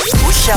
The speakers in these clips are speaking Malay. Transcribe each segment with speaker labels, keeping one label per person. Speaker 1: Aisyah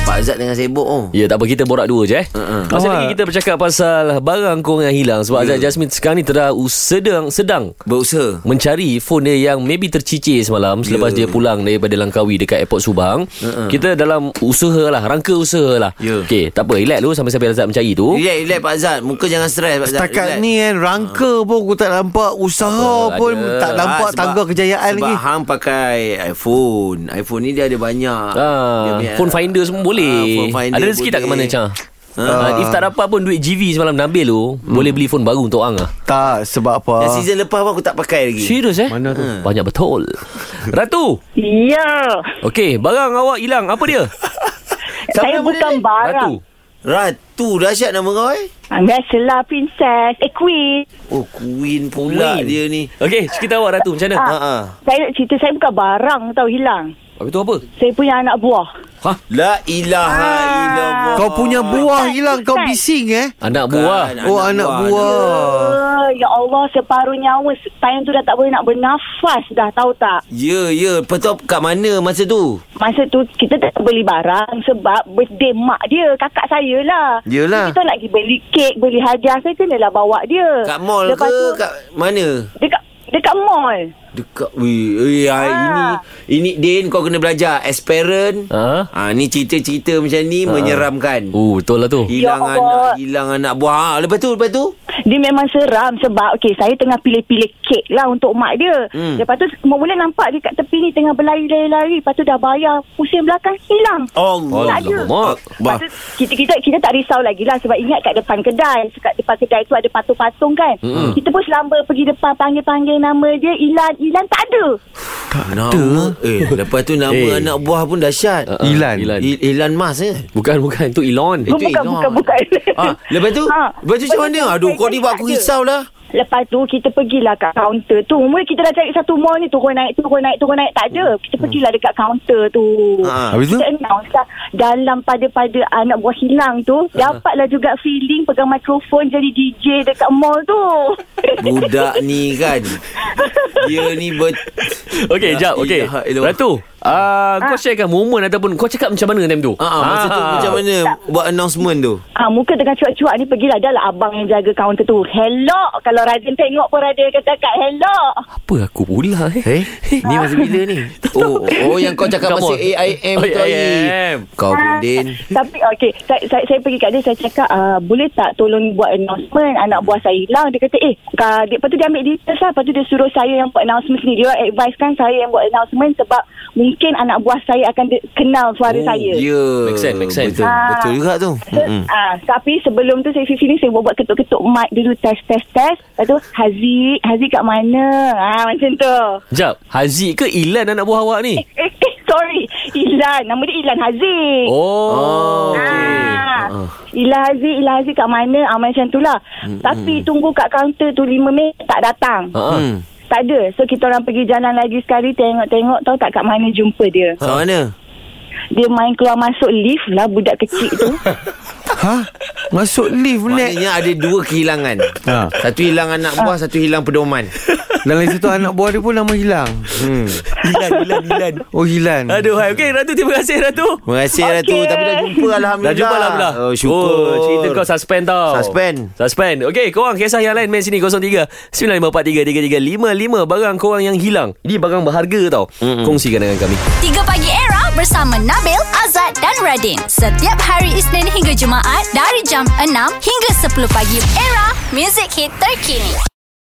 Speaker 2: Pak Zat tengah sibuk oh.
Speaker 3: Ya tak apa kita borak dua je eh.
Speaker 2: Uh-uh.
Speaker 3: Masa
Speaker 4: Awak-
Speaker 3: lagi kita bercakap pasal barang korang yang hilang sebab
Speaker 2: Ya.
Speaker 3: Azad Jasmine sekarang ni tera sedang sedang
Speaker 2: Berusaha.
Speaker 3: mencari phone dia yang maybe tercicir semalam selepas
Speaker 2: Ya.
Speaker 3: dia pulang daripada Langkawi dekat airport Subang.
Speaker 2: Uh-uh.
Speaker 3: Kita dalam usaha lah, rangka usaha lah.
Speaker 2: Ya.
Speaker 3: Okey, tak apa, relax dulu sampai-sampai Azad mencari tu.
Speaker 2: Relax, relax Pak Zat. Muka jangan stres Pak Zat.
Speaker 4: Setakat
Speaker 2: Relax. Ah.
Speaker 4: ni kan Rangka pun aku tak nampak Usaha
Speaker 3: Tak apa,
Speaker 4: pun
Speaker 3: ada.
Speaker 4: Tak nampak
Speaker 2: lah, Eh, sebab-
Speaker 4: tangga kejayaan
Speaker 2: sebab
Speaker 4: lagi
Speaker 2: Sebab Hang pakai iPhone. iPhone ni dia ada banyak.
Speaker 3: Ah,
Speaker 2: Dia punya-
Speaker 3: phone finder semua
Speaker 2: Ya, Ah,
Speaker 3: boleh.
Speaker 2: phone finder
Speaker 3: Ada rezeki tak ke mana
Speaker 2: boleh. Ha.
Speaker 3: Cah? Ah, if tak dapat pun duit GV semalam Nabil tu
Speaker 2: Hmm.
Speaker 3: boleh beli phone baru untuk hang ah.
Speaker 4: Tak sebab apa
Speaker 2: Yang season lepas pun aku tak pakai lagi.
Speaker 3: Serius eh? Mana tu?
Speaker 2: Hmm.
Speaker 3: Banyak betul. Ratu.
Speaker 5: Ya,
Speaker 3: Okey, barang awak hilang. Apa dia?
Speaker 5: saya bukan barang.
Speaker 3: Ratu.
Speaker 2: Ratu dahsyat nama kau eh.
Speaker 5: Ah, Biasalah, princess. Eh, queen.
Speaker 2: Oh, Queen pula
Speaker 3: Queen.
Speaker 2: dia ni.
Speaker 3: Okey, cerita awak Ratu macam mana?
Speaker 5: Ah.
Speaker 2: Ha ah.
Speaker 5: Saya nak cerita, saya bukan barang tau hilang.
Speaker 3: Habis tu apa? Ha?
Speaker 5: Saya punya anak buah.
Speaker 2: La ilaha illallah.
Speaker 4: Ah. Kau punya buah hilang Kau
Speaker 5: Bukan.
Speaker 4: bising eh
Speaker 3: Anak
Speaker 2: Bukan,
Speaker 3: buah.
Speaker 4: Oh anak buah
Speaker 5: Uh, ya Allah, separuh nyawa. Time tu dah tak boleh nak bernafas dah, tahu tak?
Speaker 2: Ya, ya. Lepas tu kat mana masa tu?
Speaker 5: Masa tu, kita tak beli barang sebab birthday mak dia, kakak saya lah.
Speaker 4: Yelah.
Speaker 5: Kita nak pergi beli kek, beli hadiah. Saya kenalah bawa dia.
Speaker 2: Kat mall
Speaker 5: Lepas
Speaker 2: ke?
Speaker 5: tu,
Speaker 2: Kat mana?
Speaker 5: Dekat, dekat mall.
Speaker 2: Dekat weh, eh, ah. ini ini Din kau kena belajar as parent.
Speaker 3: Ha?
Speaker 2: Ah ni cerita-cerita macam ni menyeramkan.
Speaker 3: Oh, betul lah tu.
Speaker 2: Hilang anak,
Speaker 5: Ya Allah.
Speaker 2: hilang anak buah. Ha, lepas tu, lepas tu.
Speaker 5: Dia memang seram sebab okay, saya tengah pilih-pilih kek lah untuk mak dia.
Speaker 2: Hmm.
Speaker 5: Hmm. Lepas tu mula-mula nampak dia kat tepi ni tengah berlari-lari. Lepas tu dah bayar pusing belakang hilang.
Speaker 2: Allah.
Speaker 5: Tak ada.
Speaker 3: Alamak.
Speaker 2: Bah.
Speaker 5: Lepas tu kita, kita, kita tak risau lagi lah sebab ingat kat depan kedai. Kat depan kedai tu ada patung-patung kan. Hmm. Kita pun selamba pergi depan panggil-panggil nama dia. Ilan, Ilan tak ada.
Speaker 2: Nama. Eh, lepas tu nama
Speaker 3: Eh.
Speaker 2: anak buah pun dahsyat.
Speaker 3: Ah, ah,
Speaker 4: Ilan.
Speaker 3: Ilan.
Speaker 2: Il- Elon Musk eh.
Speaker 3: Bukan, bukan. Itu Elon.
Speaker 2: Itu
Speaker 5: bukan,
Speaker 2: Elon.
Speaker 5: bukan, bukan.
Speaker 2: Ah, lepas tu?
Speaker 5: Ah.
Speaker 2: Lepas tu macam mana?
Speaker 5: Lepas tu,
Speaker 2: Aduh,
Speaker 5: saya
Speaker 2: kau ni buat
Speaker 5: tak
Speaker 2: aku
Speaker 5: ada.
Speaker 2: risau lah.
Speaker 5: Lepas tu kita pergilah kat kaunter tu. Mula kita dah cari satu mall ni turun naik turun naik turun naik tak ada. Kita pergilah dekat kaunter tu.
Speaker 2: Ha.
Speaker 4: Habis tu
Speaker 5: Kita announce lah dalam pada-pada anak buah hilang tu dapatlah juga feeling pegang mikrofon jadi DJ dekat mall tu.
Speaker 2: Budak ni kan. Dia ni ber...
Speaker 3: Okey,
Speaker 2: Ya
Speaker 3: jap. Okey.
Speaker 2: ilaha illallah.
Speaker 3: Ratu, ah, kau sharekan momen ataupun kau cakap macam mana time tu?
Speaker 2: Ah, ah, masa tu
Speaker 3: Ah.
Speaker 2: macam mana buat announcement tu?
Speaker 5: ha, muka dengan cuak-cuak ni pergilah dah lah abang yang jaga kaunter tu. Hello kalau Radin tengok pun Radin akan cakap hello.
Speaker 3: Apa aku pula eh?
Speaker 2: Ni masa bila ni? Oh, oh yang kau cakap
Speaker 3: Come
Speaker 2: masa
Speaker 3: on.
Speaker 2: AIM
Speaker 3: Oh,
Speaker 2: tu hari.
Speaker 3: AIM.
Speaker 5: Ah,
Speaker 2: Kau pun Din.
Speaker 5: Tapi okey, saya, saya saya pergi kat dia saya cakap uh, boleh tak tolong buat announcement anak buah saya hilang. Dia kata eh ka, dia, lepas tu dia ambil details lah. Lepas tu dia suruh saya yang buat announcement sendiri. Dia advise kan saya yang buat announcement sebab mungkin anak buah saya akan de- kenal suara
Speaker 2: Oh,
Speaker 5: saya.
Speaker 2: Ya.
Speaker 3: Make sense, make sense.
Speaker 2: Betul,
Speaker 5: Ah.
Speaker 2: betul juga tu.
Speaker 5: So, mm-hmm. uh, tapi sebelum tu saya feeling saya buat ketuk-ketuk mic dulu test test test. Lepas tu Haziq, Haziq kat mana? Ah macam tu.
Speaker 3: Jap. Haziq ke Ilan anak buah awak ni?
Speaker 5: Eh, eh sorry. Ilan, nama dia Ilan Haziq.
Speaker 3: Oh.
Speaker 5: Ah. Ilah Aziz, Ilah Aziz kat mana? Ah, macam tu lah. Hmm, Tapi tunggu kat kaunter tu 5 minit tak datang.
Speaker 3: Ah, ah.
Speaker 2: Hmm.
Speaker 5: Tak ada. So kita orang pergi jalan lagi sekali tengok-tengok tahu tak kat mana jumpa dia.
Speaker 2: Kat mana?
Speaker 5: Dia main keluar masuk lift lah budak kecil tu.
Speaker 4: Ha Masuk lift net
Speaker 2: Maknanya ada dua kehilangan.
Speaker 4: Ha.
Speaker 2: Satu hilang anak
Speaker 5: Ah.
Speaker 2: buah, satu hilang pedoman.
Speaker 4: Dalam situ anak buah dia pun nama hilang
Speaker 2: Hmm.
Speaker 3: Ilan, Ilan, Ilan.
Speaker 4: Oh hilang
Speaker 3: Aduh, hai. Okey, Ratu terima kasih Ratu.
Speaker 2: Terima kasih okay. Ratu. Tapi dah jumpa Alhamdulillah.
Speaker 3: Dah jumpa lah pula
Speaker 2: Oh, syukur.
Speaker 3: oh, Cerita kau suspend tau
Speaker 2: Suspend.
Speaker 3: Suspend Okey korang kisah yang lain Main sini 03 9543 3355 Barang korang yang hilang Ini barang berharga tau Mm-mm. Kongsikan dengan kami
Speaker 6: 3 Pagi Era bersama Nabil, Azad dan Radin. Setiap hari Isnin hingga Jumaat dari jam 6 hingga 10 pagi. Era, music hit terkini.